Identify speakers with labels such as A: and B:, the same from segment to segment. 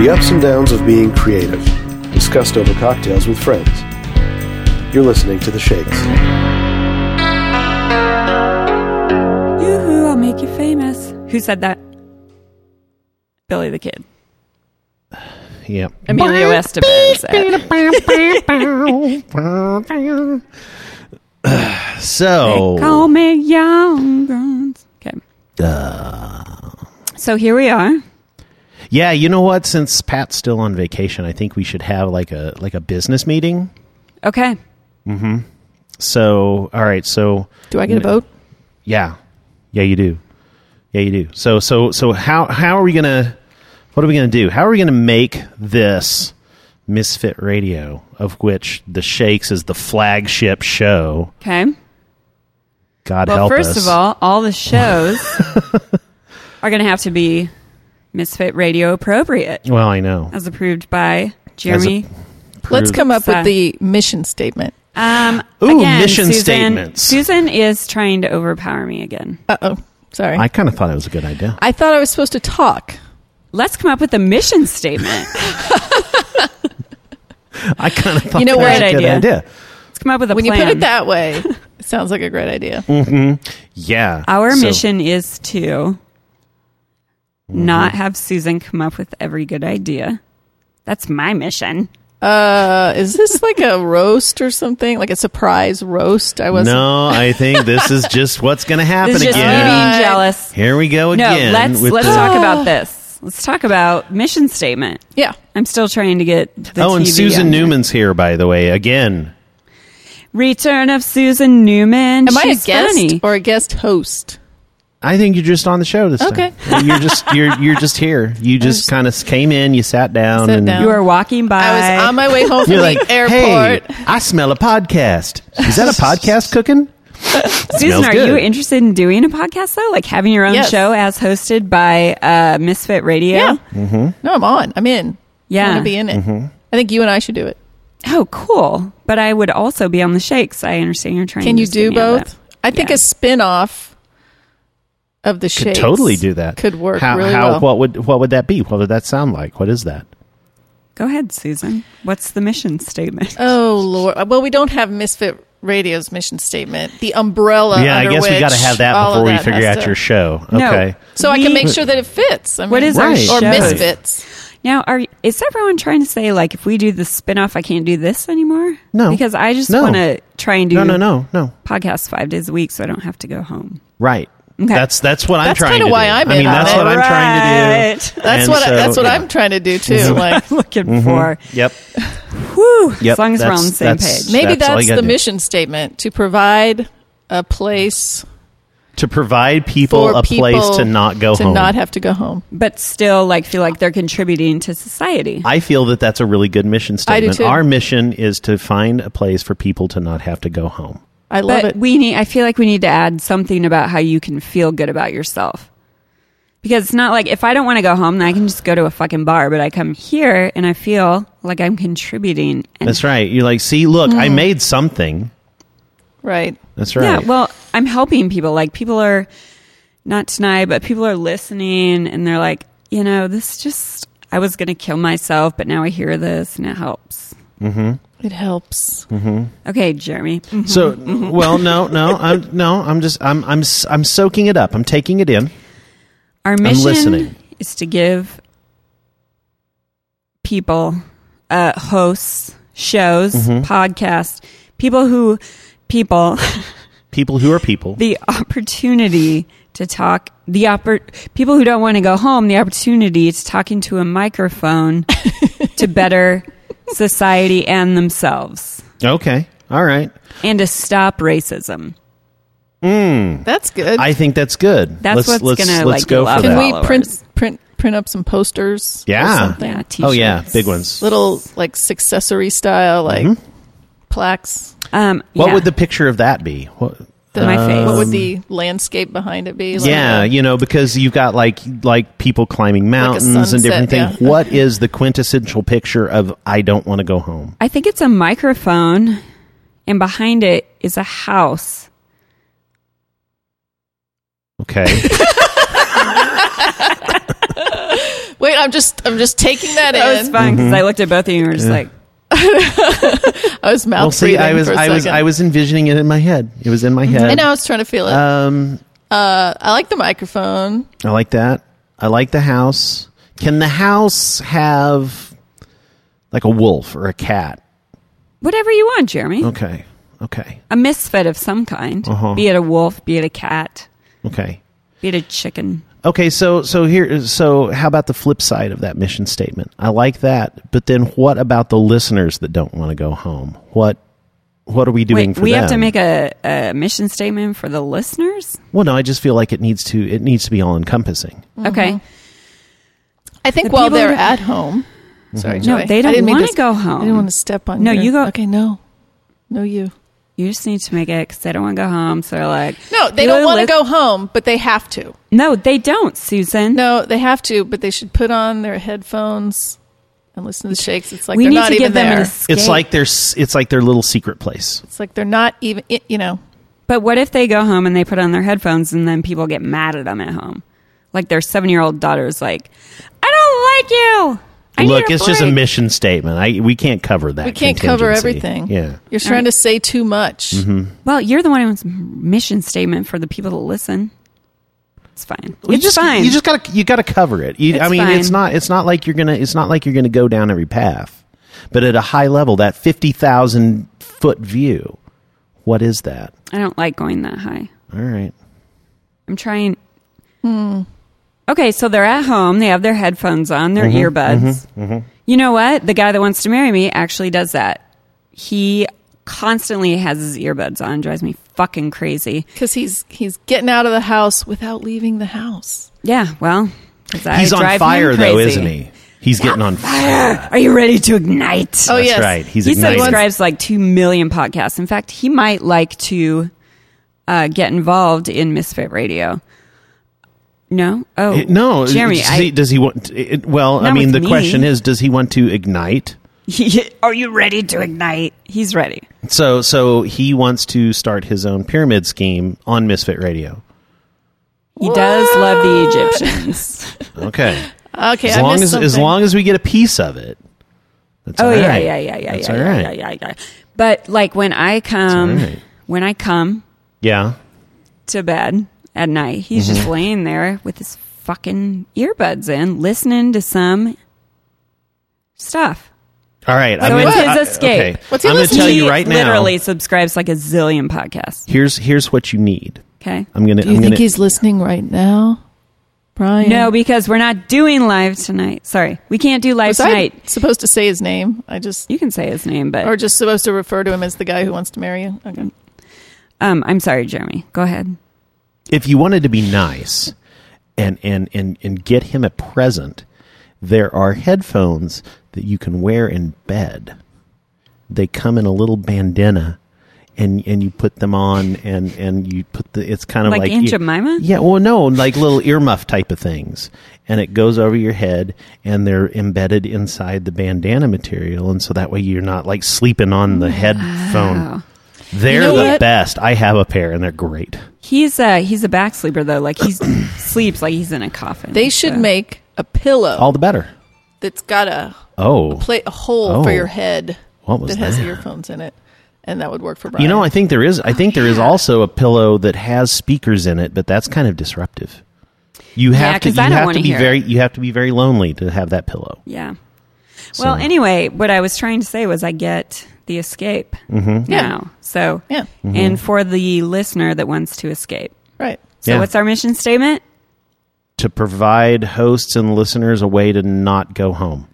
A: The ups and downs of being creative, discussed over cocktails with friends. You're listening to The Shakes.
B: Yoo-hoo, I'll make you famous. Who said that? Billy the Kid.
C: Yeah.
B: Emilio Estevez. said.
C: So
B: Oh. Call me Young Guns. Okay. So here we are.
C: yeah, you know what? Since Pat's still on vacation, I think we should have like a like a business meeting.
B: Okay.
C: So all right, so
D: Do I get
B: Mm.
D: a vote?
C: yeah, yeah, you do, yeah, you do. So so so how how are we gonna? What are we gonna do? How are we gonna make this Misfit Radio, of which the Shakes is the flagship show?
B: Okay.
C: God
B: Well,
C: help
B: first
C: us.
B: of all, all the shows are going to have to be Misfit Radio appropriate,
C: well, I know.
B: as approved by Jeremy.
D: Let's come up
B: Sigh.
D: with the mission statement.
B: um,
C: Ooh,
B: again,
C: mission
B: Susan,
C: statements.
B: Susan is trying to overpower me again.
D: Uh oh. Sorry.
C: I
D: I,
C: kind of thought it was a good idea.
D: thought I was supposed to talk.
B: Let's come up with a mission statement.
C: I kind of thought
D: You know
C: that was
D: what?
C: a good
B: Idea.
C: idea.
B: Let's come up with a
D: When you
B: plan.
D: put it that way, it sounds like a great idea.
C: Mm. Yeah.
B: Our
C: So-
B: mission is to
D: Mm-hmm.
B: not have Susan come up with every good idea. That's my mission.
D: Uh, is this like a roast or something? Like a surprise roast? I was
C: No, I think this is just what's going to happen
B: This is just me
C: again.
B: being jealous.
C: Here we go
B: No,
C: again.
B: let's
C: with
B: let's
C: the-
B: talk about this. Let's talk about mission statement.
D: Yeah.
B: I'm still trying to get the
C: Oh, and
B: TV
C: Susan
B: on.
C: Newman's here, by the way, again.
B: Return of Susan Newman.
D: Am I a
B: She's
D: guest
B: funny.
D: or a guest host?
C: I think you're just on the show this
D: Okay.
C: time. You're just you're you're just here. You just kind of came in, you sat down,
D: Sat
C: and
D: down.
B: you are walking by.
D: I was on my way home from
C: you're
D: the
C: like,
D: airport.
C: "Hey, I smell a podcast. Is that a podcast cooking?
B: Susan,
C: Smells
B: are
C: good.
B: you interested in doing a podcast though? Like having your own
D: Yes.
B: show as hosted by uh, Misfit Radio?
D: Yeah. No, I'm on. I'm in. I
B: Yeah.
D: want to be in it.
C: Mm-hmm.
D: I think you and I should do it.
B: Oh, cool. But I would also be on the shakes. I understand you're trying
D: Can you
B: just to
D: do
B: nail
D: both?
B: that.
D: I think
B: Yeah.
D: a spin off of the
C: Could
D: Shakes
C: totally do that.
D: Could work
C: How,
D: really
C: how,
D: well.
C: What would what would that be? What would that sound like? What is that?
B: Go ahead, Susan. What's the mission statement?
D: Oh Lord! Well, we don't have Misfit Radio's mission statement. The umbrella.
C: yeah, I
D: uh, under
C: guess we
D: which
C: got to have that
D: all of
C: before we
D: that
C: figure
D: has
C: out
D: to-
C: your show. Okay.
B: No.
D: So I can
B: We-
D: make sure that it fits. I mean,
B: What is our
C: Right.
B: show?
D: or
C: show?
D: Misfits?
B: Now, are is everyone trying to say like if we do the spinoff, I can't do this anymore?
C: No.
B: because I just
C: No.
B: want to try and do
C: No, no, no, no.
B: podcasts five days a week, so I don't have to go home.
C: Right.
B: Okay.
C: That's that's what I'm
D: That's
C: trying
D: kinda
C: to do.
D: why I'm
C: I mean,
D: in on
C: that's
D: it.
C: what I'm trying to do.
B: Right.
D: That's
C: And
D: what I,
C: so,
D: that's what
C: yeah.
D: I'm trying to do too. Like
B: Looking for
C: Yep.
B: whew,
C: Mm-hmm. Yep,
B: as long as we're on the
C: that's-
B: same
C: that's-
B: page.
D: maybe
C: That's all
D: that's,
C: you gotta
D: the
C: do.
D: mission statement to provide a place
C: To provide people
D: for
C: a
D: people
C: place to not go
D: to
C: home.
D: not have to go home.
B: But still, like feel like they're contributing to society.
C: I feel that that's a really good mission
D: I do
C: statement.
D: too.
C: Our mission is to find a place for people to not have to go home.
D: I love
B: but
D: it.
B: we need. I feel like we need to add something about how you can feel good about yourself. Because it's not like if I don't want to go home, then I can just go to a fucking bar. But I come here and I feel like I'm contributing. And
C: That's right. You're like, see, look,
D: Mm-hmm.
C: I made something.
D: right.
C: That's right.
B: Yeah, well, I'm helping people. Like people are not tonight, but people are listening and they're like, you know, this just I was going to kill myself, but now I hear this and it helps.
D: It helps.
C: Hmm.
B: Okay, Jeremy.
D: mm-hmm,
C: so, well, no, no, I'm no, I'm just, I'm, I'm, s- I'm soaking it up. I'm taking it in.
B: Our mission
C: listening.
B: is to give people uh hosts, shows,
C: Mm-hmm.
B: podcasts, people who people
C: People who are people.
B: the opportunity to talk the oppor- people who don't want to go home the opportunity to talk into a microphone to better society and themselves
C: okay. All right.
B: and to stop racism
D: That's good.
C: I think that's good.
B: That's
C: let's,
B: what's
C: let's,
B: gonna,
C: let's
B: like,
C: go
B: love
C: for
D: Can
C: that.
D: we
B: followers.
D: print print print up some posters? or
C: Yeah.
D: something?
B: yeah t-shirts.
C: oh yeah, big ones.
D: Little like successory style like
C: Mm-hmm.
D: plaques.
B: um
C: What
B: yeah.
C: would the picture of that be? What,
D: The-
B: My face.
D: What would the landscape behind it be? Like
C: Um, yeah,
D: a-
C: you know, because you've got like like people climbing mountains and
D: sunset,
C: different things.
D: yeah.
C: What is the quintessential picture of I don't want to go home?
B: i think it's a microphone and behind it is a house
C: Okay.
D: Wait, I'm just I'm just taking that
B: That was
D: in.
B: fun because
C: Mm-hmm.
B: I looked at both of you and you were just like,
D: I was mouth
C: Well, see,
D: breathing
C: I was,
D: for a
C: I was, uh,
D: second.
C: I was envisioning it in my head. It was in my
D: I
C: head.
D: know I was trying to feel it.
C: Um,
D: Uh, I like the microphone.
C: I like that. I like the house. Can the house have like a wolf or a cat?
B: whatever you want, Jeremy.
C: Okay. Okay.
B: A misfit of some kind,
C: Oh. Uh-huh.
B: be it a wolf, be it a cat,
C: Okay.
B: be it a chicken.
C: Okay, so so here so how about the flip side of that mission statement? I like that, but then what about the listeners that don't want to go home? What what are we doing
B: Wait,
C: for
B: we
C: them?
B: have to make a, a mission statement for the listeners?
C: Well, no, I just feel like it needs to it needs to be all encompassing.
D: Mm-hmm.
B: Okay.
D: I think
B: The
D: while
B: people
D: they're
B: who-
D: at home.
C: Mm-hmm.
D: Sorry,
B: No,
D: Joey.
B: they
D: I
B: don't
D: didn't mean
B: wanna go home.
D: I didn't want to step on.
B: No,
D: your-
B: you go-
D: Okay, no, no, you.
B: You just need to make it because they don't want to go home. So they're like,
D: No, they
B: "You
D: don't want to
B: lis-
D: go home, but they have to.
B: No, they don't, Susan.
D: No, they have to, but they should put on their headphones and listen to the shakes. It's like
B: we
D: they're
B: need
D: not
B: to
D: even
B: give them
D: there.
B: an escape.
C: It's like their s- it's like their little secret place.
D: it's like they're not even. i- You know,
B: But what if they go home and they put on their headphones and then people get mad at them at home? Like their seven year old daughter's like, I don't like you. I need
C: Look, it's just a
B: break."
C: mission statement. I we can't cover that.
D: we can't cover
C: contingency.
D: everything.
C: Yeah. Mm-hmm.
D: you're trying
B: Right.
D: to say too much.
B: Well, you're the one who's mission statement for the people that listen. It's fine.
C: You
B: it's
C: just
B: fine.
C: you just got to you got to cover it. You, I
B: It's
C: mean,
B: fine.
C: it's not it's not like you're gonna it's not like you're gonna go down every path, but at a high level, that fifty thousand foot view, what is that?
B: I don't like going that high.
C: All right,
B: I'm trying. Okay, so they're at home. They have their headphones on, their
C: Mm-hmm,
B: earbuds. You know what? The guy that wants to marry me actually does that. He constantly has his earbuds on, drives me fucking crazy.
D: because he's he's getting out of the house without leaving the house.
B: Yeah, well, 'cause I
C: he's on
B: drive him
C: fire though,
B: crazy.
C: isn't he? He's getting on fire.
B: Are you ready to ignite?
D: Oh
C: That's
D: yes,
C: right. He's
B: he
C: ignited.
B: subscribes to, like 2 million podcasts. In fact, he might like to uh, get involved in Misfit Radio. No? Oh.
C: It- no,
B: Jeremy,
C: does
B: I-
C: he, does he want? It, well, I
B: Not
C: mean,
B: with
C: the
B: me.
C: question is, does he want to ignite?
B: are you ready to ignite? He's ready.
C: So, so he wants to start his own pyramid scheme on Misfit Radio.
B: He does love the Egyptians.
C: Okay,
D: Okay,
C: as
D: I
C: long
D: missed
C: as as
D: something.
C: long as we get a piece of it. That's
B: oh
C: all
B: yeah,
C: right.
B: yeah, yeah, yeah,
C: That's
B: yeah,
C: all
B: yeah,
C: right.
B: yeah, yeah, yeah. But like when I come,
C: That's all right.
B: when I come
C: Yeah.
B: to bed at night, he's just
C: Mm-hmm.
B: laying there with his fucking earbuds in, listening to some stuff.
C: All right.
B: So
C: gonna-
B: it's his
C: I-
B: escape.
C: okay.
D: What's he
C: I'm going to
D: listening
C: tell
B: he
C: you right now.
B: literally subscribes like a zillion podcasts.
C: Here's here's what you need.
B: Okay.
C: I'm going to.
D: Do you
C: I'm
D: think
C: gonna,
D: he's listening right now, Brian?
B: No, because we're not doing live tonight. Sorry, we can't do live
D: was I
B: tonight.
D: supposed to say his name? I just
B: You can say his name, but
D: or just supposed to refer to him as the guy who wants to marry you?
B: Mm-hmm.
D: Okay.
B: um, I'm sorry, Jeremy. Go ahead.
C: if you wanted to be nice, and and and and get him a present, there are headphones that you can wear in bed. They come in a little bandana. And, and you put them on and, and you put the it's kind of
B: Like
C: like
B: Aunt Jemima?
C: Yeah, well, no, like little earmuff type of things, and it goes over your head, and they're embedded inside the bandana material, and so that way you're not like sleeping on the headphone. They're
D: You know
C: the
D: what?
C: best. I have a pair, and they're great.
B: He's uh he's a back sleeper though. Like he sleeps like he's in a coffin.
D: They should
B: So-
D: make a pillow
C: All the better.
D: that's got a
C: Oh,
D: plate a hole
C: Oh.
D: for your head
C: What was
D: that has
C: that?
D: earphones in it, and that would work for Brian.
C: you know, I think there is. I think there
D: Oh,
C: is also a pillow that has speakers in it, but that's kind of disruptive. You have to.
B: 'cause
C: You
B: I don't
C: have
B: wanna
C: to be
B: hear
C: very. You have to be very lonely to have that pillow.
B: Yeah.
C: So-
B: Well, anyway, what I was trying to say was I get the escape
C: Mm-hmm.
B: now. So
D: Yeah.
B: and for the listener that wants to escape.
D: right.
B: So
C: Yeah.
B: what's our mission statement?
C: to provide hosts and listeners a way to not go home.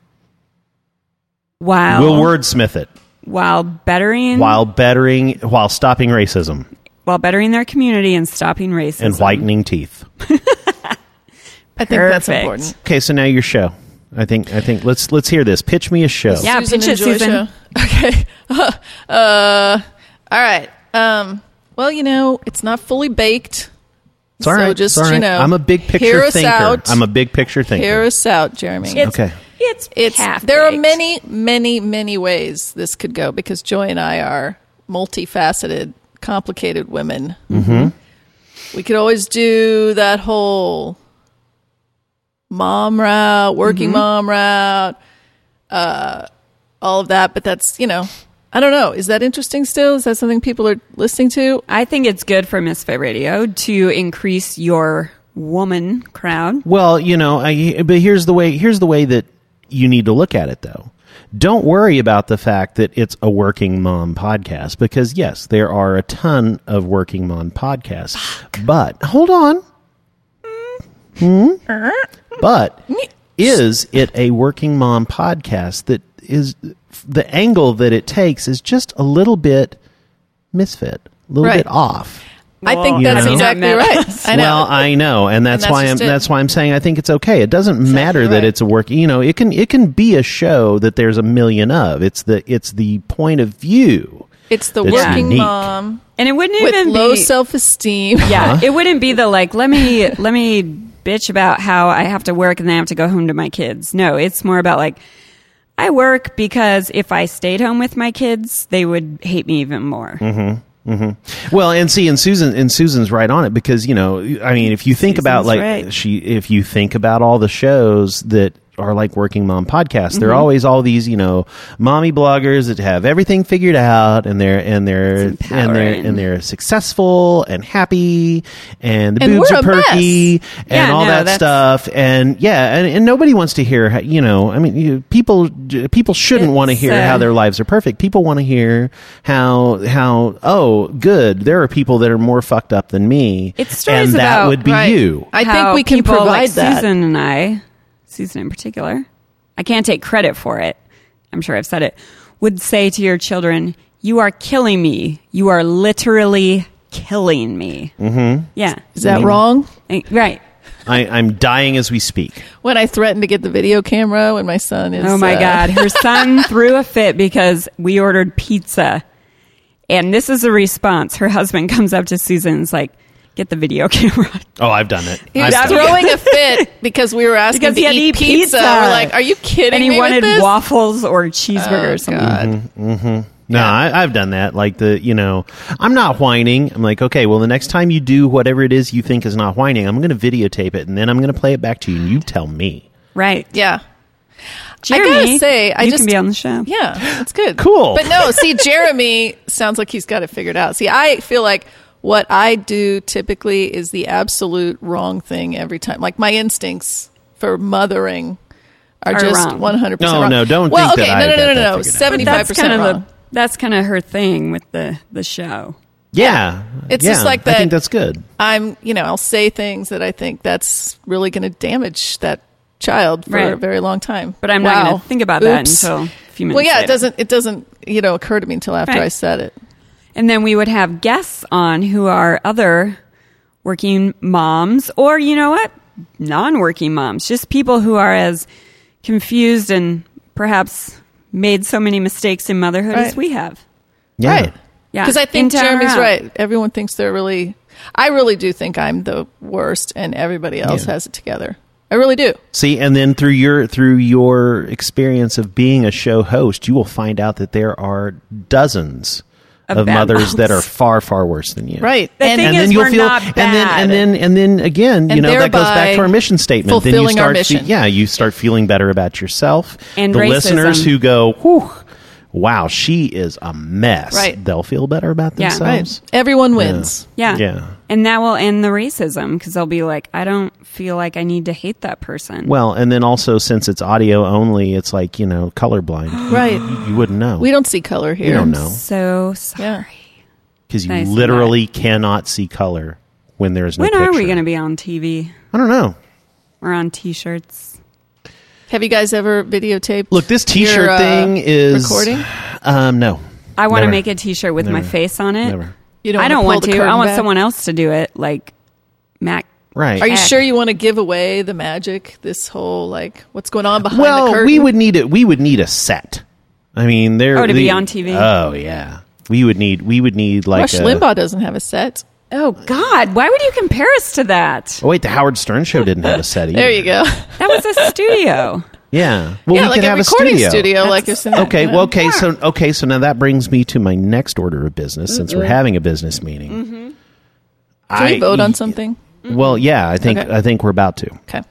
B: While
C: We'll wordsmith it
B: while bettering
C: while bettering, while stopping racism
B: while bettering their community and stopping racism
C: and whitening teeth.
D: I think that's
B: Perfect.
D: important.
C: Okay, so now your show. I think. I think. Let's let's hear this. Pitch me a show.
B: Yeah,
D: Susan
B: pitch it,
D: and Joy
B: Susan.
D: show. Okay. uh, all right. Um, well, you know, it's not fully baked.
C: It's all right.
D: So just
C: it's all right.
D: you know,
C: I'm a big picture
D: hear us
C: thinker.
D: Out.
C: I'm a big picture thinker.
D: hear us out, Jeremy.
B: It's,
C: Okay.
B: It's
D: it's
B: half
D: there are
B: baked.
D: many, many, many ways this could go because Joy and I are multifaceted, complicated women. Mm-hmm. We could always do that whole mom route, working
C: Mm-hmm.
D: mom route, uh, all of that. But that's, you know, I don't know. Is that interesting still? Is that something people are listening to?
B: I think it's good for Misfit Radio to increase your woman crowd.
C: Well, you know, I, but here's the way here's the way that you need to look at it though. Don't worry about the fact that it's a working mom podcast because yes, there are a ton of working mom podcasts. But hold on. Hmm? But is it a working mom podcast that is the angle that it takes is just a little bit misfit, a little
D: Right.
C: bit off.
D: I think
B: Well,
C: you
D: that's
C: know.
D: exactly
B: Not met.
D: right. I know.
C: Well, I know, and that's,
D: that's
C: why I'm
D: just it.
C: that's why I'm saying I think it's okay. It doesn't matter that
D: right.
C: it's a work. You know, it can it can be a show that there's a million of. It's the it's the point of view.
D: it's the
C: It's
D: working
C: unique.
D: mom
B: And it wouldn't
D: with
B: even
D: low
B: be
D: self esteem.
B: Yeah, it wouldn't be the like let me let me bitch about how I have to work and then I have to go home to my kids. No, it's more about like I work because if I stayed home with my kids, they would hate me even more.
C: Well, and see, and Susan and Susan's right on it because you know, I mean, if you think about
B: Susan's
C: like
B: right.
C: she, if you think about all the shows that are like working mom podcasts, they're
B: Mm-hmm.
C: always all these you know, mommy bloggers that have everything figured out and they're and they're
B: It's
C: and they're
B: empowering.
C: and they're successful and happy and the
D: And
C: boobs
D: we're
C: are
D: a mess.
C: perky and
B: Yeah,
C: all
B: no,
C: that
B: that's-
C: stuff and yeah and, and nobody wants to hear how- you know I mean you, people people shouldn't want to
B: It's,
C: hear
B: uh,
C: how their lives are perfect. People want to hear how how oh good there are people that are more fucked up than me.
B: It's stories
C: and that
B: about-
C: would be
D: right.
C: you.
D: I
B: How
D: think we can
B: people
D: provide
B: like
D: that.
B: Susan and I, Susan in particular, I can't take credit for it. I'm sure I've said it. Would say to your children, "You are killing me. You are literally killing me." Mm-hmm. Yeah, Eh,
D: Is that
C: Mm-hmm.
D: wrong?
B: right.
C: I, I'm dying as we speak.
D: When I threatened to get the video camera when my son is.
B: Oh my
D: uh,
B: God. Her son threw a fit because we ordered pizza. And this is a response. Her husband comes up to Susan and is like, get the video camera.
C: Oh, I've done it.
D: He
C: I've
D: was
C: done it.
D: throwing a fit because we were asking
B: Because
D: to
B: he had to
D: eat
B: eat pizza.
D: We're like, "Are you kidding
B: and he
D: me?"
B: wanted
D: with this?
B: waffles or cheeseburger
D: Oh,
B: or something. Mm-hmm.
D: God.
C: No, I, I've done that. Like the, you know, I'm not whining. I'm like, okay, well, the next time you do whatever it is you think is not whining, I'm going to videotape it and then I'm going to play it back to you, and you tell me.
B: Right.
D: Yeah,
B: Jeremy,
D: say, I
B: you
D: just-
B: can be on the show.
D: yeah, that's good.
C: Cool.
D: But no, see, Jeremy sounds like he's got it figured out. See, I feel like what I do typically is the absolute wrong thing every time. Like my instincts for mothering are,
B: Are
D: just
B: wrong.
D: one hundred percent.
C: No, no, don't
D: Well,
C: think
D: okay,
C: that I got
D: no, no,
C: that
D: no, no, no,
C: figured out.
D: seventy five
B: That's kind
D: percent
B: of
D: wrong.
B: a, that's kind of her thing with the, the show.
C: Yeah.
D: It's
C: Yeah.
D: just like
C: I
D: that-
C: think that's good.
D: I'm, you know, I'll say things that I think that's really going to damage that child for
B: Right.
D: a very long time.
B: But I'm not
D: Wow.
B: gonna think about that
D: Oops.
B: until a few minutes
D: Well, yeah,
B: later.
D: it doesn't. It doesn't, you know, occur to me until after
B: Right.
D: I said it.
B: And then we would have guests on who are other working moms or, you know what, non working moms, just people who are as confused and perhaps made so many mistakes in motherhood as
D: Right.
B: we have.
C: Yeah.
D: Right.
B: Yeah.
D: Because I
B: In
D: think
B: town or
D: Jeremy's
B: out.
D: right. Everyone thinks they're really. I really do think I'm the worst, and everybody else
C: Yeah.
D: has it together. I really do.
C: See, and then through your through your experience of being a show host, you will find out that there are dozens of,
B: Of bad
C: mothers
B: moms.
C: that are far far worse than you.
D: Right.
B: The
D: and
B: thing
C: And
B: is,
C: then you'll
B: we're
C: feel,
B: not
C: and then
B: bad.
C: and then and then again, you
D: And
C: know that goes back
D: thereby
C: to our mission statement. Then you
D: fulfilling our
C: start, fe-
D: mission.
C: yeah, you start feeling better about yourself.
B: And
C: the
B: racism.
C: listeners who go, Whew, "Wow, she is a mess,"
D: Right.
C: they'll feel better about
B: Yeah.
C: themselves.
D: everyone wins.
B: Yeah.
C: Yeah.
B: And that will end the racism because they'll be like, I don't feel like I need to hate that person.
C: Well, and then also since it's audio only, it's like you know colorblind.
D: Right.
C: You wouldn't know.
D: We don't see color here.
C: You don't know.
B: so sorry.
D: Yeah.
C: because you
B: Nice and
C: literally cannot see color when there is no.
B: When are we
C: picture.
B: going to be on TV
C: I don't know.
B: or on t shirts?
D: Have you guys ever videotaped?
C: Look, this T-shirt
D: your, uh,
C: thing is
D: recording.
C: Um, no,
B: I want to
C: Never.
B: make a t shirt with my
C: Never.
B: face on it.
C: never.
D: You
B: I
D: wanna
B: don't
D: pull
B: want
D: the
B: to. I
D: curtain
B: want
D: back?
B: someone else to do it, like Mac.
C: Right.
D: Are you
B: Heck.
D: sure you want to give away the magic? This whole like, what's going on behind the
C: well,
D: curtain?
C: we would need it. We would need a set. I mean, there.
B: Oh, to be
C: the-
B: on TV?
C: Oh yeah. We would need. We would need like
D: Rush
C: a.
D: Limbaugh doesn't have a set.
B: Oh God, why would you compare us to that?
C: Oh wait, the Howard Stern show didn't have a set either.
D: There you go.
B: That was a studio.
C: Yeah. Well,
D: yeah,
C: we
D: like
C: could
D: a
C: have
D: recording studio, like you're saying.
C: Okay.
D: you know?
C: Well. Okay. So. Okay. So now that brings me to my next order of business, since we're having a business meeting.
D: Can we
C: I-
D: Mm-hmm. vote on something?
C: e-
B: Mm-hmm.
C: Well, yeah. I think.
D: Okay.
C: I think we're about to.
D: Okay.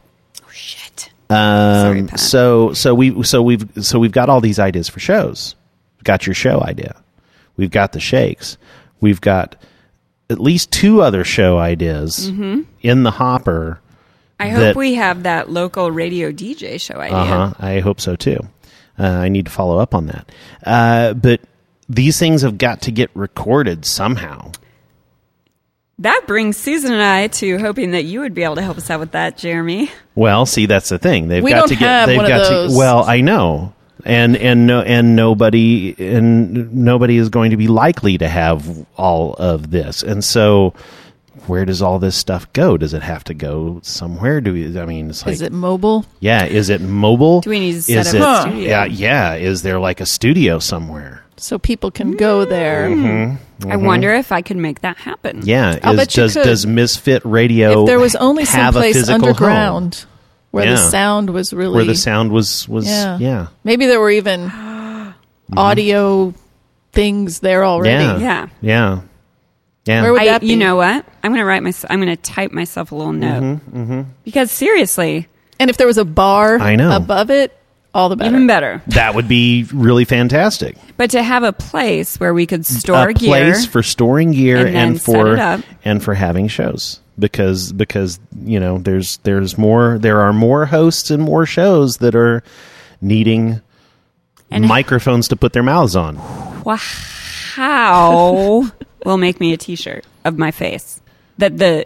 B: shit. Sorry,
C: Um,
B: Pat.
C: so so we so we've so we've got all these ideas for shows. We've got your show idea. We've got the shakes. We've got at least two other show ideas in the
B: Mm-hmm.
C: hopper.
B: I
C: that-
B: hope we have that local radio DJ show idea.
C: Uh-huh. I hope so too. Uh, I need to follow up on that. Uh, but these things have got to get recorded somehow.
B: That brings Susan and I to hoping that you would be able to help us out with that, Jeremy.
C: Well, see, that's the thing. They've
D: We
C: got
D: don't
C: to get.
D: have
C: they've
D: one of
C: got
D: those.
C: to. Well, I know, and and no, and nobody and nobody is going to be likely to have all of this, and so. Where does all this stuff go? Does it have to go somewhere? Do we, I mean, it's like,
D: Is it mobile?
C: yeah, is it mobile?
B: Do we need to
C: is
B: set up a studio?
C: Yeah, yeah. Is there like a studio somewhere?
D: So people can go there.
C: Mm.
B: I
C: Mm-hmm.
B: wonder if I could make that happen.
C: Yeah,
D: I'll
C: is,
D: bet you
C: does
D: could.
C: does Misfit Radio?
D: If there was only
C: have a
D: someplace
C: physical home
D: underground where the
C: Yeah.
D: sound was really
C: where the sound was was
D: Yeah.
C: yeah. Mm-hmm.
D: Maybe there were even audio things there already.
C: Yeah.
B: Yeah.
C: Yeah. Yeah.
D: Where would
B: I,
D: that be?
B: you know what? I'm going to write my. I'm going to type myself a little note
C: Mm-hmm,
B: because seriously,
D: And if there was a bar
C: I know.
D: above it, all the better.
B: even better.
C: that would be really fantastic.
B: But to have a place where we could store
C: a
B: gear,
C: place for storing gear
B: And
C: and,
B: then set
C: for
B: it up.
C: and for having shows because because you know there's there's more there are more hosts and more shows that are needing
B: And-
C: microphones to put their mouths on.
B: how will make me a T-shirt of my face that the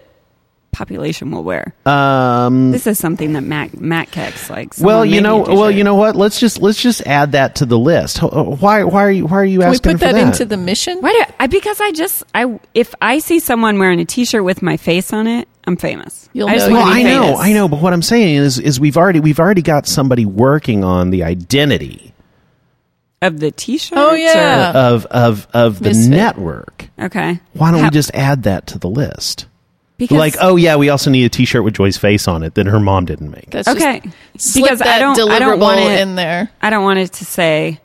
B: population will wear.
C: Um
B: this is something that Matt Matt Kex likes.
C: well, you know, well, you know what? Let's just let's just add that to the list. H- Why why are you why are you
D: Can we
C: asking
D: put
C: for
D: that,
C: that
D: into the mission?
B: Why do I? Because I just I if I see someone wearing a T-shirt with my face on it, I'm famous.
D: You'll
B: I just
D: know
B: wanna
C: Well,
D: you
B: be
C: I know,
B: famous.
D: famous.
C: I know, but what I'm saying is, is we've already we've already got somebody working on the identity
B: of the T-shirt.
D: Oh, yeah.
C: of of of the
D: Misfit.
C: network.
B: or- okay.
C: Why don't
B: How-
C: we just add that to the list?
B: because
C: like, oh yeah, we also need a T-shirt with Joy's face on it that her mom didn't make.
D: That's
B: okay
D: Just slip
B: because
D: that
B: I don't
D: deliverable
B: I don't want it
D: in there.
B: I don't want it to say,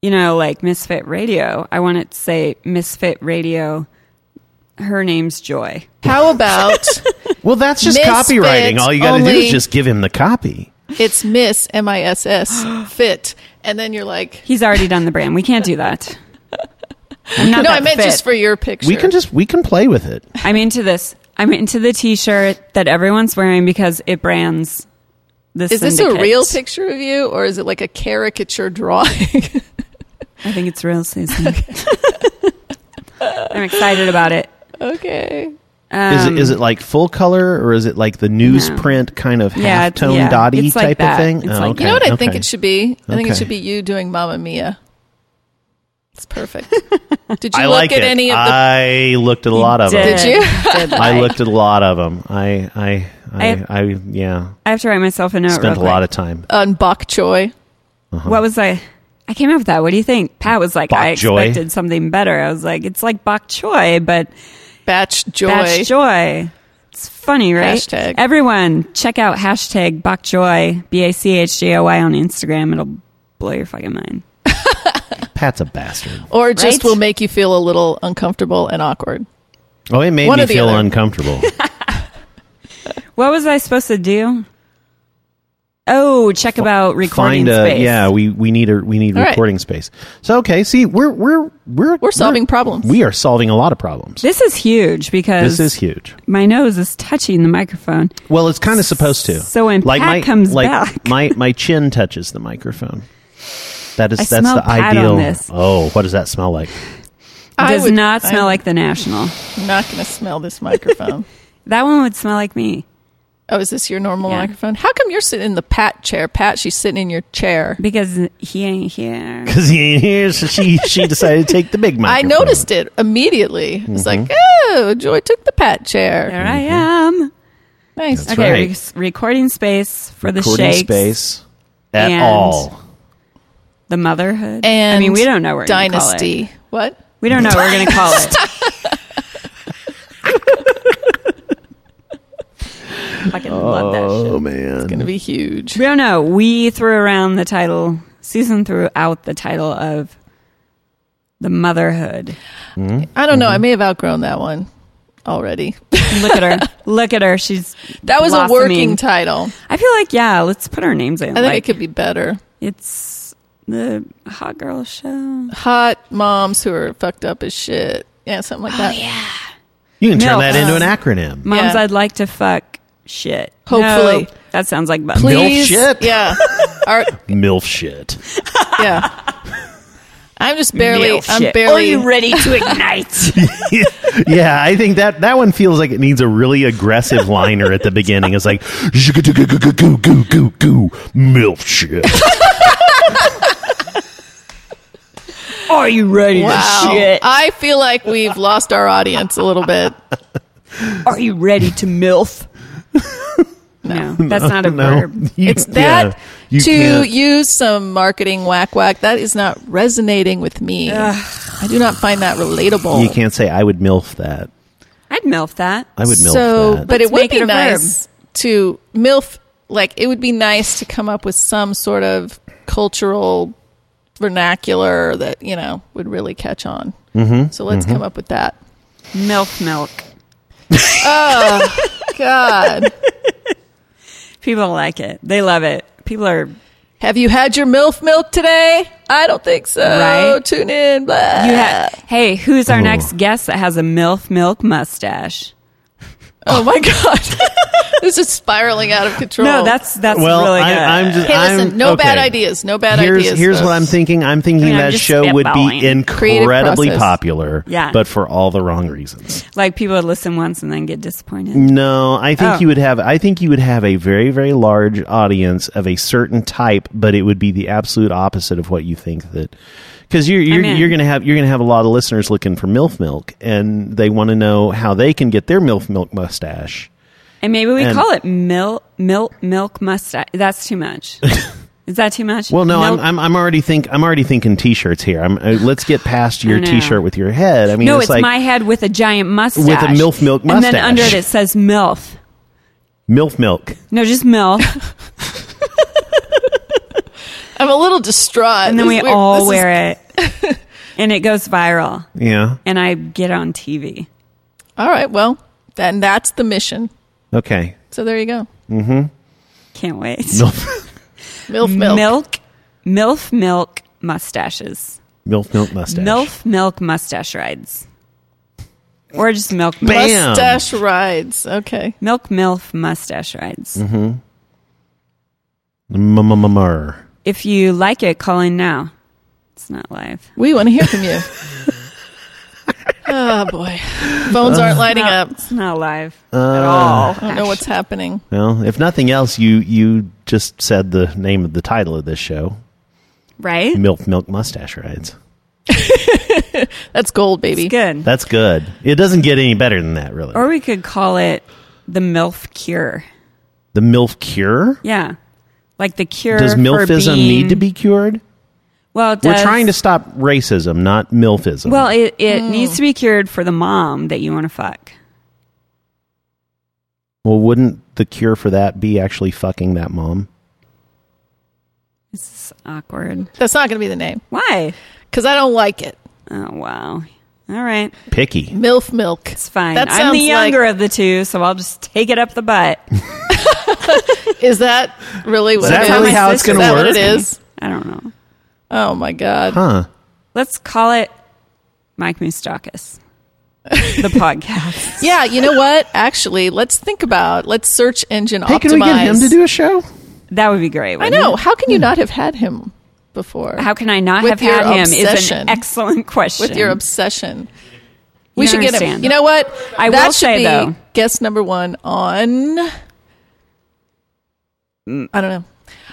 B: you know, like Misfit Radio. I want it to say Misfit Radio. Her name's Joy.
D: How about
C: well, that's just
D: Misfit
C: copywriting. All you got to do
D: only-
C: is just give him the copy.
D: it's Miss M I S S fit, and then you're like,
B: He's already done the brand. We can't do that. I'm not
D: no,
B: that
D: I meant
B: fit.
D: just for your picture.
C: We can just we can play with it.
B: I'm into this. I'm into the T-shirt that everyone's wearing because it brands this.
D: Is this a real picture of you, or is it like a caricature drawing?
B: I think it's real, Susan. I'm excited about it.
D: okay.
B: Um,
C: Is it is it like full color or is it like the newsprint kind of
B: Yeah,
C: half
B: it's-
C: tone
B: yeah,
C: dotty
B: it's like
C: type
B: that.
C: of thing? Oh,
B: It's like-
D: You know what I think
C: okay.
D: it should be? I think it
C: Okay.
D: should be you doing Mamma Mia. It's perfect. Did you
C: I
D: look
C: like
D: at
C: it. Uh,
D: any of the?
C: I looked at a lot of them.
D: Did you?
B: Did
C: I
B: like-
C: looked at a lot of them. I, I, I, I, yeah,
B: I have to write myself a note.
C: spent a
B: real
C: lot
B: quick.
C: of time.
D: on bok choy.
B: What was I? I came up with that. What do you think? Pat was like,
C: Bok
B: I
C: choy.
B: expected something better. I was like, it's like bok choy, but
D: Batch joy.
B: that's joy. It's funny, right?
D: Hashtag.
B: Everyone, check out hashtag bok joy, B A C H J O Y on Instagram. It'll blow your fucking mind.
C: Pat's a bastard.
D: or just
B: Right?
D: will make you feel a little uncomfortable and awkward.
C: Oh, it made
D: One or
C: me
D: the
C: feel
D: other.
C: uncomfortable.
B: What was I supposed to do? Oh, check about recording
C: Find a
B: space.
C: yeah. We we need a we need
D: All right.
C: recording space. So okay, see, we're we're we're
D: We're solving problems.
C: We are solving a lot of problems.
B: This is huge because
C: This is huge.
B: my nose is touching the microphone.
C: Well, it's kind of supposed to.
B: So when Pat
C: my,
B: comes
C: like
B: back-
C: my my chin touches the microphone. That is
B: I
C: that's
B: smell
C: the
B: Pat on
C: ideal.
B: this.
C: Oh, what does that smell like?
B: It
D: I
B: does
D: would-
B: not smell
D: I'm
B: like the national.
D: Not going to smell this microphone.
B: That one would smell like me
D: oh, is this your normal
B: Yeah.
D: microphone? How come you're sitting in the Pat chair? Pat, she's sitting in your chair.
B: because he ain't here.
C: Because he ain't here, so she she decided to take the big
D: I
C: microphone.
D: noticed it immediately. It's like,
B: Mm-hmm.
D: oh, Joy took the Pat chair.
B: There I am.
D: Nice.
C: Mm-hmm. That's
B: okay,
C: right.
B: rec- recording space for the
C: recording
B: shakes,
C: space at
B: and-
C: all.
B: the motherhood,
D: And
B: I mean, we don't know where Gonna call it.
D: dynasty. What?
B: We don't know what we're going to call it. Fucking love that shit.
C: man,
D: Going to be huge.
B: We don't know. We threw around the title. Susan threw out the title of the motherhood. Mm-hmm.
D: I don't know. I may have outgrown that one. already.
B: Look at her. Look at her. She's
D: That was a working
B: blossoming.
D: title.
B: I feel like yeah. Let's put our names in.
D: I think
B: like,
D: it could be better.
B: It's the hot girl show.
D: Hot moms who are fucked up as shit. Yeah, something
B: Oh,
D: like that. Yeah.
C: You can turn
B: Milf.
C: that into an acronym.
B: Moms,
D: Yeah.
B: I'd like to fuck shit.
D: Hopefully.
B: No, that sounds like bun.
C: Milf
D: Please.
C: shit?
D: Yeah. Our,
C: Milf shit.
D: yeah. I'm just barely.
B: Milf
D: I'm
B: shit.
D: barely.
B: ready to ignite?
C: yeah, I think that that one feels like it needs a really aggressive liner at the beginning. It's like goo goo goo goo milf shit.
B: Are you ready
D: wow. Uh,
B: to shit?
D: I feel like we've lost our audience a little bit.
B: Are you ready to milf? no, that's not a
C: No,
B: verb.
C: You-
D: It's that
C: yeah, you
D: to
C: can't-
D: use some marketing whack whack. That is not resonating with me. I do not find that relatable.
C: you can't say I would milf that.
B: I'd milf that.
C: I would milf
D: so,
C: that.
D: but
B: Let's
D: it would
B: make it
D: be
B: a
D: nice to milf. Like it would be nice to come up with some sort of cultural vernacular that you know would really catch on. Mm-hmm, so let's come up with that.
B: Milf milk.
D: God,
B: People like it. They love it. People are.
D: have you had your milf milk today? I don't think so.
B: Right.
D: Tune in. Blah.
B: You ha- hey, who's our
C: Oh.
B: next guest that has a milf milk mustache?
D: oh my god, this is spiraling out of control.
B: No, that's that's
C: well,
B: really good.
C: I, am just
D: Hey, listen,
C: I'm-
D: no bad
C: okay.
D: ideas. No bad
C: here's,
D: ideas.
C: Here's what I'm
D: Those-
C: thinking. I'm thinking
B: I mean, I'm
C: that
B: just
C: show would
B: spitballing.
C: be
D: Creative
C: incredibly
D: process.
C: popular,
B: Yeah.
C: but for all the wrong reasons.
B: like people would listen once and then get disappointed.
C: No, I think
B: Oh.
C: you would have. I think you would have a very, very large audience of a certain type, but it would be the absolute opposite of what you think that. Because you're you're,
B: I'm in.
C: you're going to have you're going to have a lot of listeners looking for milf milk, and they want to know how they can get their milf milk mustache.
B: And maybe we
C: And-
B: call it milk milk milk mustache. That's too much. Is that too much?
C: Well, no,
B: Milk-
C: I'm, I'm I'm already think I'm already thinking t-shirts here. I'm, uh, let's get past your
B: know.
C: t-shirt with your head. I mean,
B: no,
C: it's,
B: it's
C: like
B: my head with a giant mustache
C: With a milf milk
B: and then
C: mustache.
B: under it it says milf.
C: milf milk.
B: No, just milf.
D: I'm a little distraught.
B: and then
D: This
B: we
D: is weird.
B: all
D: This is-
B: wear it and it goes viral
C: Yeah.
B: and i get on tv
D: All right. Well, then that's the mission.
C: Okay.
D: So there you go.
B: can't wait
C: Milf
D: Milf milk.
B: milk milf milk mustaches
C: milf milk mustache.
B: milf milk mustache rides or just milk
C: Bam.
D: Mustache rides. Okay.
B: milk milf mustache rides
C: Mummer.
B: if you like it call in now it's not live
D: We want to hear from you. oh boy. Phones aren't lighting up.
B: it's not live
C: Uh,
B: at all
D: I don't know what's happening.
C: Well, if nothing else, you you just said the name of the title of this show,
B: right
C: Milk Milk Mustache Rides.
D: That's gold, baby.
B: it's good
C: That's good. It doesn't get any better than that, really.
B: or we could call it the milf cure
C: the milf cure?
B: yeah like the cure
C: Does
B: for
C: milfism
B: being-
C: need to be cured?
B: Well, it
C: We're
B: does-
C: trying to stop racism, not milfism.
B: Well, it, it
D: Hmm.
B: needs to be cured for the mom that you want to fuck.
C: well, wouldn't the cure for that be actually fucking that mom?
B: This is awkward.
D: That's not going to be the name
B: Why?
D: because I don't like it.
B: Oh wow. All right,
C: Picky.
D: Milf milk.
B: it's fine.
D: That
B: I'm the
D: sounds
B: younger
D: like-
B: of the two, so I'll just take it up the butt.
D: Is that really what
C: Is that
D: it is?
C: really how it's
D: Is
C: gonna
D: that what
C: work?
D: it is?
B: I don't know.
D: Oh my god.
C: Huh.
B: Let's call it Mike Moustakis, the podcast.
D: Yeah, you know what? Actually, let's think about let's search engine
C: Hey,
D: optimize.
C: can we get him to do Hmm. a show?
B: That would be great.
D: I
B: wouldn't
D: know.
B: it?
D: How can you not have had him before?
B: How can I not
D: With
B: have
D: your
B: had him? Is an
D: obsession.
B: excellent question.
D: with your obsession. We
B: You
D: should
B: don't
D: get him.
B: understand.
D: You know what?
B: I
D: that
B: will
D: should
B: say,
D: be
B: though-
D: guest number one on.
C: Hmm.
D: I don't know.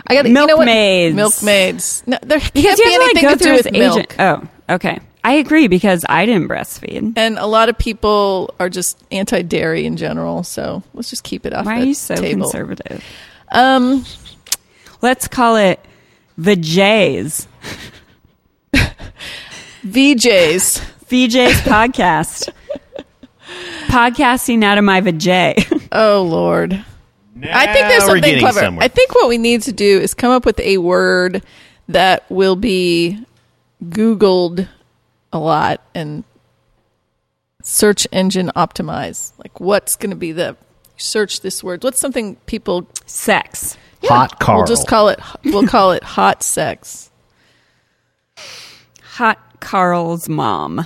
D: I got You know what?
B: Milkmaids.
D: Milkmaids. No, there can't be
B: Because you have to, like, go
D: anything to do
B: through
D: with
B: his
D: milk.
B: agent. Oh, okay. I agree because I didn't breastfeed.
D: And a lot of people are just anti-dairy in general. So let's just keep it off.
B: Why are
D: the
B: you so
D: table.
B: conservative?
D: Um,
B: Let's call it VJ's
D: VJs.
B: VJ's podcast. Podcasting out of my VJ.
D: Oh Lord. I think there's
C: Now we're
D: something
C: getting
D: clever.
C: somewhere.
D: I think what we need to do is come up with a word that will be Googled a lot and search engine optimize? Like, what's going to be the search this word? What's something people
B: Sex.
C: Hot Carl.
D: We'll just call it. We'll call it hot sex.
B: Hot Carl's mom.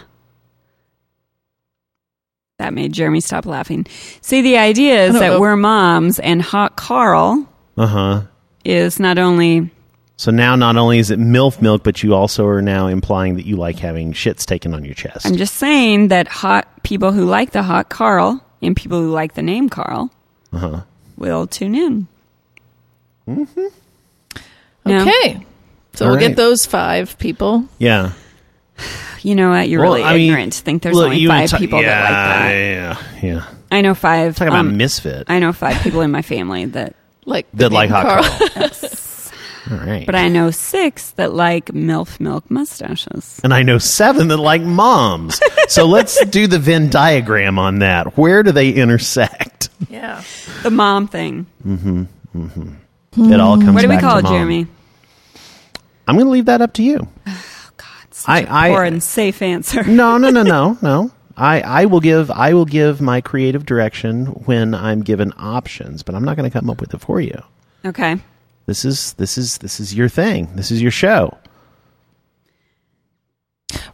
B: That made Jeremy stop laughing. See, the idea is
D: don't
B: that
D: know.
B: we're moms, and Hot Carl
C: Uh huh.
B: is not only
C: So now not only is it MILF milk, but you also are now implying that you like having shits taken on your chest.
B: I'm just saying that hot people who like the hot Carl and people who like the name Carl
C: Uh-huh.
B: will tune in. Mm-hmm.
D: Okay, so
C: All
D: we'll
C: right.
D: get those five people.
C: yeah.
B: You know what? You're
C: Well,
B: really
C: I mean,
B: ignorant to think there's
C: look,
B: only
C: you
B: five
C: enti-
B: people
C: yeah,
B: that like that.
C: Yeah, yeah.
B: I know five.
C: Talking about
B: um,
C: misfit
B: I know five people in my family that,
D: Like the
C: that like
D: name
C: hot
D: Carl.
C: Carl. All right.
B: but I know six that like MILF milk mustaches.
C: and I know seven that like moms. so let's do the Venn diagram on that. Where do they intersect?
D: Yeah.
B: The mom thing.
C: It all comes.
B: What do we
C: back
B: call
C: to
B: it,
C: mom.
B: Jeremy? Oh,
C: I'm going to leave that up to you.
B: Such a
C: I- I-
B: poor and safe answer.
C: No, no, no, no, no. I, I will give I will give my creative direction when I'm given options, but I'm not going to come up with it for you.
B: Okay.
C: This is this is this is your thing. This is your show.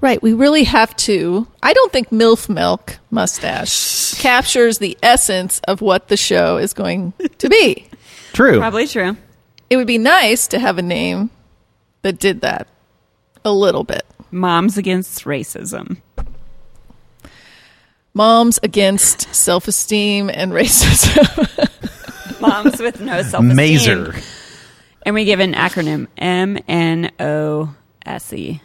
D: Right. We really have to. I don't think MILF Milk mustache captures the essence of what the show is going to be.
C: True.
B: Probably true.
D: It would be nice to have a name that did that a little bit.
B: Moms against racism.
D: Moms against self esteem and racism.
B: Moms with no self esteem.
C: Mazer.
B: And we give an acronym M N O S E.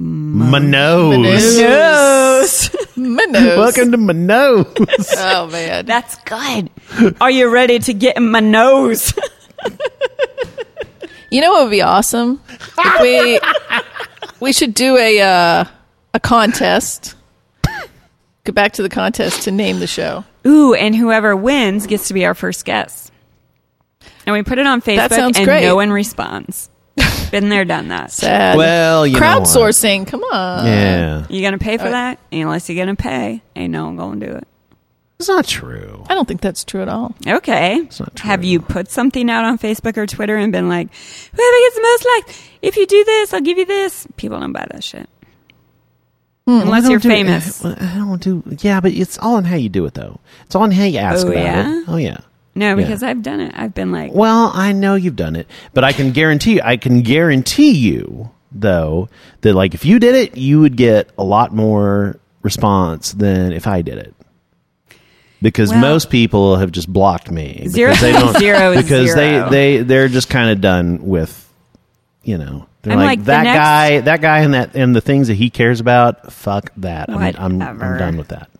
C: Minose.
D: Minose.
B: Yes.
D: Minnows.
C: Welcome to Minose.
D: Oh, man.
B: That's good. Are you ready to get in my nose?
D: You know what would be awesome? If we we should do a uh, a contest. Go back to the contest to name the show.
B: Ooh, and whoever wins gets to be our first guest. And we put it on Facebook
D: sounds
B: and
D: great.
B: no one responds. Been there, done that.
D: Sad.
C: Well, you know what.
D: crowdsourcing. Come on.
C: yeah.
B: You gonna pay for
C: Uh,
D: All
B: that? Unless you're gonna pay, ain't no one gonna do it.
C: It's not true.
D: I don't think that's true at all.
B: Okay.
C: not true.
B: Have you put something out on Facebook or Twitter and been like, whoever gets the most likes, if you do this, I'll give you this? People don't buy that shit. Unless
C: I
B: you're
C: Hmm, don't do-
B: famous.
C: I I don't do. Yeah, but it's all on how you do it, though. It's all on how you ask
B: Oh,
C: about
B: yeah?
C: it. Oh yeah.
B: No, because I've done it. I've been like,
C: Well, I know you've done it, but I can guarantee I can guarantee you though that like if you did it, you would get a lot more response than if I did it. Because
B: Well-
C: most people have just blocked me
B: Zero-
C: because they don't
B: zero is
C: because
B: zero.
C: they they they're just kind of done with you know they're
B: I'm
C: like,
B: like, the
C: that
B: next-
C: guy that guy and that and the things that he cares about fuck that I'm, I'm
B: Whatever.
C: I'm done with that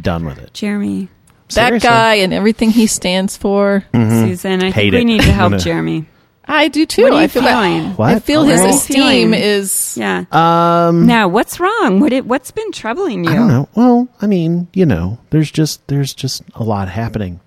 C: done with it
B: Jeremy,
D: That
C: Seriously. Hmm.
D: guy and everything he stands for.
B: Susan, I
C: Mm-hmm. Hate
B: think we
C: it.
B: need to help
C: No.
B: Jeremy.
D: I do too.
B: What are you
D: I feel that-
B: feeling?
C: What?
D: I feel his
B: What are you
D: esteem
B: feeling?
D: is
B: Yeah.
C: um
B: now, what's wrong? What it, what's been troubling you?
C: I don't know. Well, I mean, you know, there's just there's just a lot happening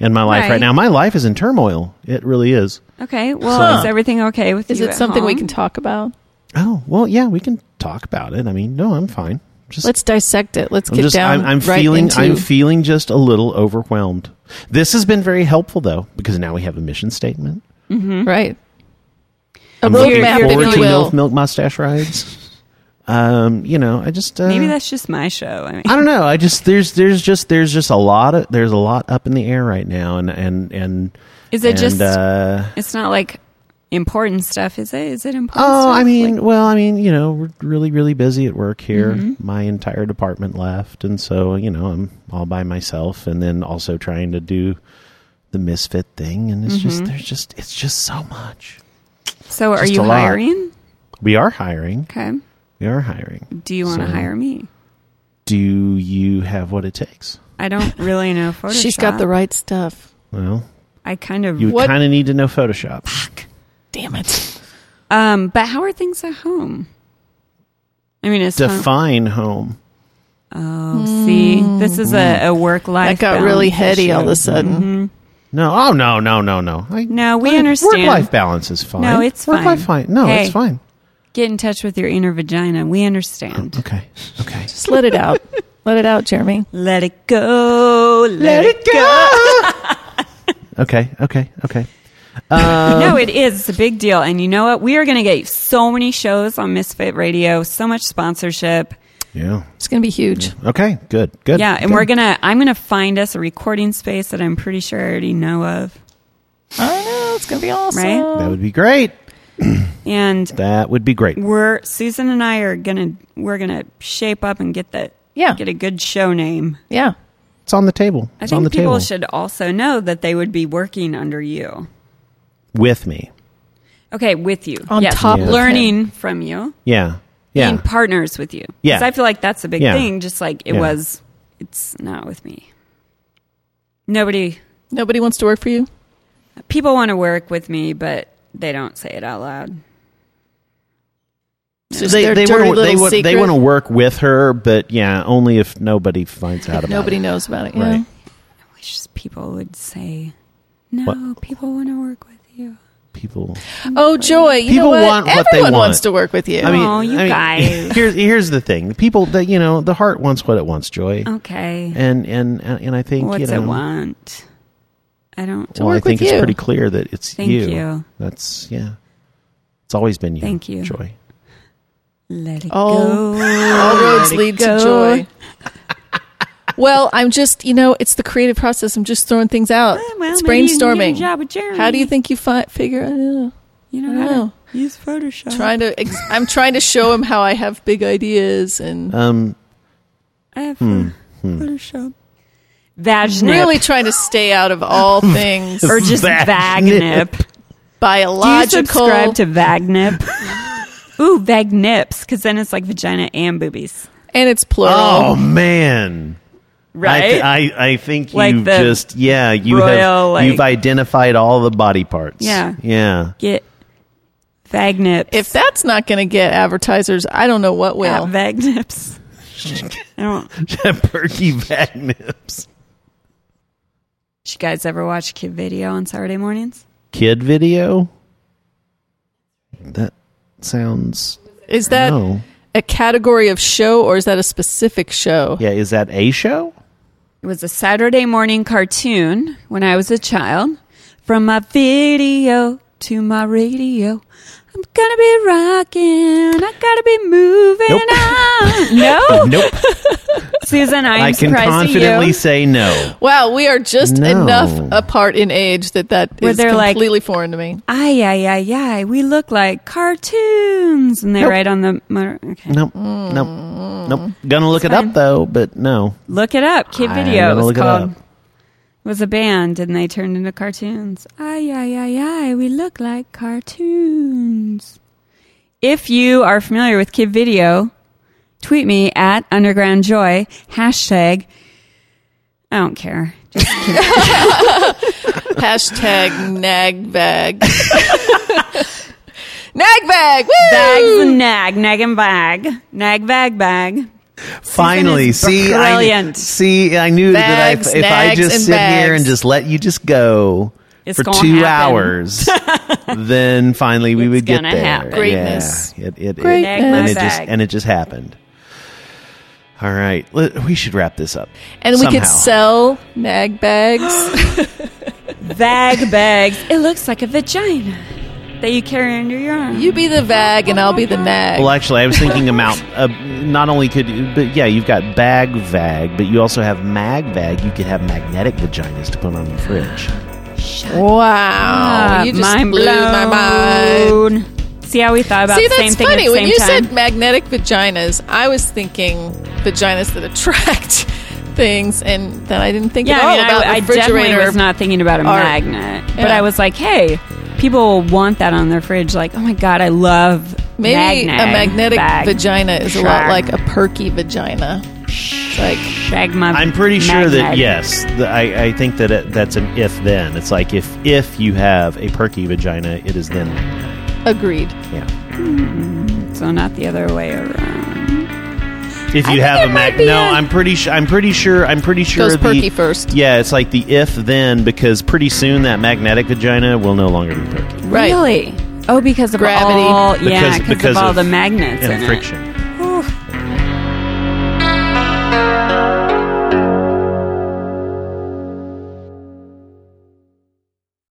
C: in my life right,
B: Right.
C: now. My life is in turmoil. It really is.
B: Okay. Well,
C: Huh.
B: is everything okay with
D: is
B: you?
D: it
B: at
D: something we
B: home?
D: can talk about?
C: Oh well, yeah, we can talk about it. I mean, no, I'm fine. Just
D: Let's dissect it. Let's
C: I'm
D: get
C: just
D: down.
C: I'm, I'm
D: right
C: feeling
D: into-
C: I'm feeling just a little overwhelmed. This has been very helpful though because now we have a mission statement.
D: right. A
C: I'm looking
D: roadmap,
C: forward
D: if
C: to
D: you will.
C: milk, milk mustache rides. Um, you know, I just uh,
B: Maybe that's just my show. I mean,
C: I don't know. I just there's there's just there's just a lot of there's a lot up in the air right now, and and and
B: Is it
C: and,
B: just-
C: uh,
B: it's not like important stuff, is it? Is it important?
C: Oh,
B: stuff?
C: I mean,
B: Like-
C: well, I mean, you know, we're really, really busy at work here.
B: Mm-hmm.
C: My entire department left, and so you know, I'm all by myself, and then also trying to do the misfit thing, and it's just
B: Mm-hmm.
C: there's just it's just so much.
B: so are
C: just
B: you
C: a lot.
B: hiring?
C: We are hiring.
B: Okay.
C: We are hiring.
B: Do you want to
C: So-
B: hire me?
C: Do you have what it takes?
B: I don't really know Photoshop.
D: She's got the right stuff.
C: Well,
B: I kind of.
C: you
D: What-
C: kind of need to know Photoshop.
B: Ah,
D: Damn it.
B: Um, but how are things at home? I mean, it's fun-
C: Define home.
B: Oh, see, this is a, a work life.
D: That Mm-hmm. got really heady all of a sudden.
C: No, oh no, no, no, no. I,
B: No, we understand.
C: Work life balance is fine.
B: No, it's
C: work life
B: fine.
C: fine. No,
B: Hey.
C: it's fine.
B: Get in touch with your inner vagina. We understand.
C: Okay, okay.
D: Just let it out. Let it out, Jeremy.
B: Let it go. Let, it go.
C: Okay, okay, okay.
B: no, it is. It's a big deal. And you know what? We are going to get so many shows on Misfit Radio, so much sponsorship.
C: Yeah.
D: It's going to be huge.
C: Okay, good, good.
B: Yeah, and
C: good.
B: we're going to, I'm going to find us a recording space that I'm pretty sure I already know of.
D: I don't know. It's going to be awesome.
B: Right?
C: That would be great.
B: And
C: That would be great.
B: we're, Susan and I are going to, we're going to shape up and get the,
D: Yeah.
B: get a good show name.
D: Yeah.
C: It's on the table.
B: I
C: It's
B: think
C: on the
B: people
C: table
B: should also know that they would be working under you.
C: with me.
B: Okay, with you.
D: On top
C: Yeah. of
B: learning from you.
C: Yeah, yeah.
B: Being partners with you. 'Cause
C: Yeah.
B: I feel like that's a big
C: Yeah.
B: thing, just like it
C: Yeah.
B: was it's not with me. Nobody
D: Nobody wants to work for you?
B: people want to work with me, but they don't say it out loud.
D: It's
C: So
D: just their dirty
C: wanna, they,
D: little
C: want, they
D: secret.
C: want to work with her, but yeah, only if nobody finds out about
D: Nobody
C: it.
D: knows about it. Yeah.
C: Right.
B: I wish people would say, No,
C: What?
B: people want to work with you.
C: People.
D: Oh, joy! You
C: People
D: know what?
C: want what they
D: Everyone
C: want.
D: wants to work with you.
C: I mean,
B: Aw, you
C: I mean,
B: guys.
C: Here's here's the thing. The people that you know, the heart wants what it wants, Joy.
B: Okay.
C: And and and I think you
B: Oh. What's
C: know.
B: it want? I don't
C: Well, I
D: work with
C: think it's
D: you.
C: pretty clear that it's
B: Thank
C: you.
B: you.
C: That's yeah. It's always been you.
B: Thank you.
C: Joy.
B: let it
D: Oh.
B: go.
D: all roads lead
B: go.
D: to joy. well, I'm just, you know, it's the creative process. I'm just throwing things out.
C: Ah,
B: Well, well,
D: it's
B: maybe you can get a
D: brainstorming.
B: job with Jeremy.
D: How do you think you fi- figure? I don't know.
B: You know,
D: I
B: how
D: know.
B: to use Photoshop.
D: Trying to, ex- I'm trying to show him how I have big ideas and
C: Um.
B: I have
C: Hmm,
B: Photoshop. Vaginip.
D: really trying to stay out of all things
B: or just
C: Vagnip.
B: Vagnip. Do you
D: biological.
B: subscribe to Vagnip? Ooh, Vagnips, because then it's like vagina and boobies,
D: and it's plural.
C: Oh man.
B: right?
C: I, th- I I think
B: Like
C: you've
B: the
C: just yeah you have
B: royal, like-
C: you've identified all the body parts.
B: Yeah.
C: Yeah.
B: Get Vagnips.
D: If that's not going to get advertisers, I don't know what
B: at
D: will.
B: Vagnips. I don't.
C: Perky Vagnips.
B: Did you guys ever watch Kid Video on Saturday mornings?
C: Kid video. That sounds.
D: Is that
C: no.
D: a category of show or is that a specific show?
C: Yeah, is that a show?
B: It was a Saturday morning cartoon when I was a child. From my video to my radio, I'm gonna be rocking. I gotta be moving
C: Nope.
B: on. No,
C: Nope.
B: Susan, Oh. I'm
C: i can
B: surprised at
C: confidently
B: you.
C: say no.
D: Wow, we are just
C: No.
D: enough apart in age that that
B: Where
D: is
B: they're like-
D: completely foreign to me.
B: Ay, ay, ay, ay. We look like cartoons, and they
C: Nope.
B: write on the. motor- Okay,
C: Nope.
B: Mm.
C: Nope. Nope. Gonna look it up though, but no.
B: look it up. Kid
C: I'm
B: Video
C: gonna
B: was
C: look it
B: called.
C: up.
B: was a band, and they turned into cartoons. Ay, ay, ay, ay. We look like cartoons. If you are familiar with Kid Video, tweet me at Underground Joy hashtag. I don't care.
D: Hashtag nagbag. nagbag! Woo!
B: Bags and nag, nag and bag, nag bag bag.
C: Finally,
B: is
C: see, I,
B: brilliant.
C: see, I knew
D: Bags,
C: that I, if I
D: nags,
C: just
D: and
C: sit here and
D: bags.
C: just let you just go
B: It's
C: for
B: gonna
C: two
B: happen.
C: hours, then finally we
B: It's
C: would get
B: gonna
C: there.
B: happen.
D: Greatness.
C: Yeah, it, it, it,
D: Greatness.
C: and it just
B: Bag.
C: and it just happened. All right, let- we should wrap this up.
D: And we
C: somehow.
D: could sell nag bags.
B: Bag bags. It looks like a vagina that you carry under your arm.
D: you be the vag and I'll be the nag.
C: Well, actually, I was thinking about uh, not only could, but yeah, you've got bag vag, but you also have mag vag. You could have magnetic vaginas to put on the fridge.
D: wow.
B: Ah,
D: you just
B: mind
D: blew my mind.
B: blown. See how we thought about
D: See,
B: the same
D: that's
B: thing
D: funny.
B: at the
D: When
B: same
D: you
B: time.
D: said magnetic vaginas, I was thinking vaginas that attract things, and then I didn't think
B: yeah,
D: at all
B: I, mean,
D: Oh, about
B: I, I
D: refrigerator.
B: definitely was not thinking about a
D: or-
B: magnet, but
D: Yeah.
B: I was like, hey, people will want that on their fridge. Like, oh my god, I love
D: Maybe
B: magnet,
D: a magnetic
B: bag,
D: vagina is a lot
B: Sure.
D: like a perky vagina. It's like
B: Bag my
C: I'm pretty sure that
B: magnet.
C: yes, the, I, I think that it, that's an if then. It's like if if you have a perky vagina, it is then.
D: agreed.
C: Yeah.
B: So not the other way around.
C: If you
B: think
C: have
B: there
C: a
B: might
C: mag,
B: be
C: no,
B: a-
C: i I'm pretty sure. I'm pretty sure. I'm pretty sure.
D: Goes
C: the,
D: perky first.
C: Yeah, it's like the if then because pretty soon that magnetic vagina will no longer be perky
D: Right.
B: Really? Oh, because of
D: Gravity.
B: all yeah,
C: Because-
B: because,
C: because
B: of all
C: of-
B: the magnets
C: and
B: in it.
C: friction.